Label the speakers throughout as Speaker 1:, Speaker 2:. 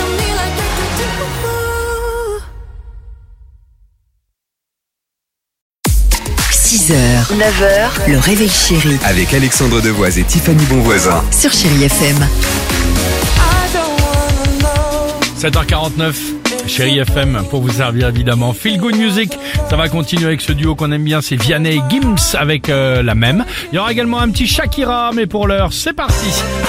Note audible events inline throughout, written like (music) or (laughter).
Speaker 1: on me like we could do. Ooh.
Speaker 2: 6h, 9h, le réveil chéri
Speaker 3: Avec Alexandre Devoise et Tiffany Bonvoisin.
Speaker 2: sur Chérie FM.
Speaker 4: 7h49, chérie FM, pour vous servir évidemment. Feel Good Music, ça va continuer avec ce duo qu'on aime bien, c'est Vianney et Gims avec euh, la même. Il y aura également un petit Shakira, mais pour l'heure, c'est parti.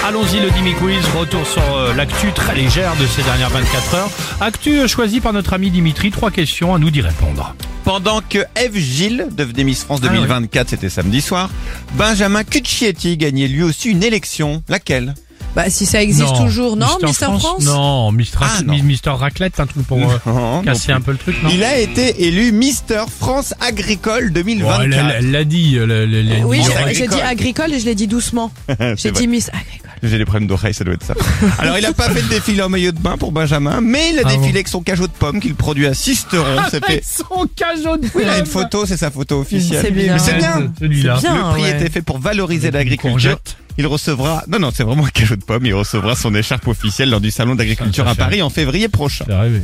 Speaker 4: Allons-y, le Dimi Quiz, retour sur euh, l'actu très légère de ces dernières 24 heures. Actu euh, choisie par notre ami Dimitri, trois questions à nous d'y répondre.
Speaker 5: Pendant que Eve Gilles devenait Miss France
Speaker 4: Ah oui.
Speaker 5: 2024, c'était samedi soir, Benjamin Cucchietti gagnait lui aussi une élection. Laquelle
Speaker 6: Bah si ça existe toujours, non,
Speaker 4: Mister
Speaker 6: Miss France,
Speaker 4: Non, Mister,
Speaker 5: Ah, non.
Speaker 4: Mister Raclette, un truc pour euh,
Speaker 5: Non, non
Speaker 4: casser un peu le truc, non
Speaker 5: Il a été élu Mister France Agricole
Speaker 4: Bon, elle-
Speaker 5: 2024.
Speaker 4: elle elle l'a dit, euh, elle- elle- elle-
Speaker 6: Oui,
Speaker 4: elle-
Speaker 5: Miss
Speaker 6: j'ai- j'ai
Speaker 5: agricole.
Speaker 6: dit agricole et je l'ai dit
Speaker 4: (laughs)
Speaker 6: doucement.
Speaker 5: C'est
Speaker 6: J'ai
Speaker 5: vrai.
Speaker 6: dit Miss agricole.
Speaker 5: J'ai des problèmes d'oreilles, ça doit être ça. (laughs) Alors, il a pas fait de défilé en maillot de bain pour Benjamin, mais il a
Speaker 4: Ah
Speaker 5: défilé
Speaker 4: bon
Speaker 5: avec son cajot de pommes qu'il produit à Sisteron. Ça fait...
Speaker 4: son cajot de
Speaker 5: Il a une photo, Ah, c'est sa photo officielle.
Speaker 6: C'est bien.
Speaker 5: Mais c'est bien.
Speaker 4: Celui-là.
Speaker 6: bien,
Speaker 5: Le prix
Speaker 6: ouais.
Speaker 5: était fait pour valoriser l'agriculture.
Speaker 4: Courgette.
Speaker 5: Il recevra, non, non, c'est vraiment un cajot de pommes. Il recevra son écharpe officielle lors du salon d'agriculture
Speaker 4: Ça, ça
Speaker 5: à
Speaker 4: fait-
Speaker 5: Paris en février prochain.
Speaker 4: C'est arrivé.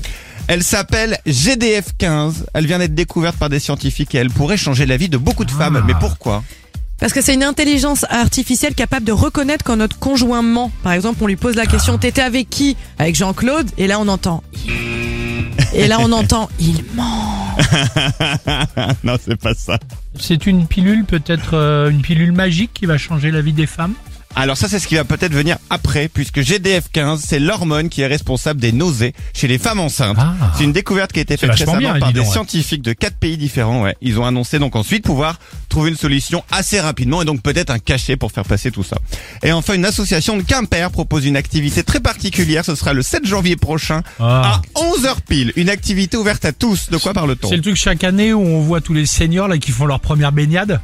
Speaker 5: Elle s'appelle GDF15. Elle vient d'être découverte par des scientifiques et elle pourrait changer la vie de beaucoup de femmes. Mais pourquoi? (laughs)
Speaker 6: Parce que c'est une intelligence artificielle capable de reconnaître quand notre conjoint ment. Par exemple, on lui pose la
Speaker 4: Ah.
Speaker 6: question "T'étais avec qui Avec Jean-Claude Et là on entend Et là on entend il ment.
Speaker 5: non, c'est pas ça.
Speaker 4: C'est une pilule, peut-être euh, une pilule magique qui va changer la vie des femmes.
Speaker 5: Alors ça, c'est ce qui va peut-être venir après, puisque GDF15, c'est l'hormone qui est responsable des nausées chez les femmes enceintes.
Speaker 4: Ah.
Speaker 5: C'est une découverte qui a été
Speaker 4: C'est
Speaker 5: faite
Speaker 4: vachement
Speaker 5: récemment
Speaker 4: bien,
Speaker 5: par
Speaker 4: dis
Speaker 5: des
Speaker 4: donc, ouais.
Speaker 5: scientifiques de quatre pays différents. Ouais. Ils ont annoncé donc ensuite pouvoir trouver une solution assez rapidement et donc peut-être un cachet pour faire passer tout ça. Et enfin, une association de Quimper propose une activité très particulière. Ce sera le 7 janvier prochain
Speaker 4: Ah.
Speaker 5: à 11h pile. Une activité ouverte à tous. De quoi parle-t-on
Speaker 4: C'est le truc chaque année où on voit tous les seniors là qui font leur première baignade.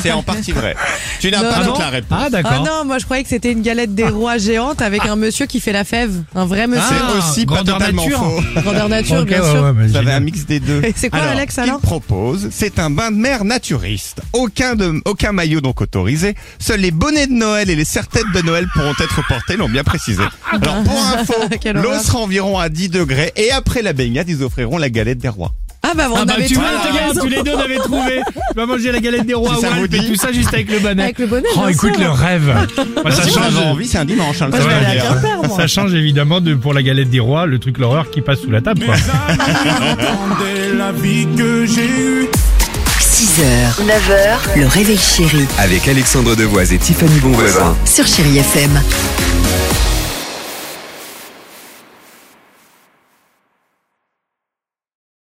Speaker 5: C'est en partie vrai. Tu n'as
Speaker 6: Non.
Speaker 5: pas
Speaker 6: Ah
Speaker 5: toute
Speaker 6: bon
Speaker 5: la réponse.
Speaker 4: Ah
Speaker 6: Ah
Speaker 4: d'accord.
Speaker 6: non, moi je croyais que c'était une galette des rois géante avec un monsieur qui fait la fève, un vrai monsieur
Speaker 4: Ah.
Speaker 5: c'est aussi pas
Speaker 4: grandeur
Speaker 5: totalement
Speaker 4: nature.
Speaker 5: faux.
Speaker 6: grandeur nature
Speaker 4: Ok,
Speaker 6: bien
Speaker 4: ouais,
Speaker 6: sûr.
Speaker 4: ouais, mais
Speaker 5: Vous avez
Speaker 4: génial.
Speaker 5: un mix des deux.
Speaker 6: Et c'est quoi, Alex, alors
Speaker 5: Il propose, c'est un bain de mer naturiste. Aucun, de, aucun maillot donc autorisé. Seuls les bonnets de Noël et les serre-têtes de Noël pourront être portés, l'ont bien précisé. Alors pour info,
Speaker 6: Ah, Quelle
Speaker 5: l'eau
Speaker 6: horreur.
Speaker 5: sera environ à 10 degrés et après la baignade, ils offriront la galette des rois.
Speaker 6: Ah bah on
Speaker 4: Ah bah,
Speaker 6: avait
Speaker 4: tu
Speaker 6: tout
Speaker 4: vois,
Speaker 6: le
Speaker 4: regarde,
Speaker 6: raison.
Speaker 4: tous les deux on avait trouvé. Tu vas manger la galette des rois
Speaker 5: Si ça
Speaker 4: Walp
Speaker 5: vous
Speaker 4: et
Speaker 5: dit.
Speaker 4: tout ça juste avec le bonnet.
Speaker 6: Avec le bonnet.
Speaker 4: Oh
Speaker 6: bien
Speaker 4: écoute
Speaker 6: sûr.
Speaker 4: le
Speaker 6: (laughs)
Speaker 4: rêve. Moi, Bah, ça
Speaker 5: Si vous avez
Speaker 4: change.
Speaker 5: envie, c'est un dimanche. hein, le
Speaker 6: Moi, je vais
Speaker 5: samedi.
Speaker 6: aller à Quimper, moi.
Speaker 4: Ça change évidemment de pour la galette des rois, le truc l'horreur qui passe sous la table. Quoi.
Speaker 2: 6h, 9h, le réveil chéri
Speaker 3: Avec Alexandre Devoise et Tiffany Bonvoisin.
Speaker 2: sur Chérie FM.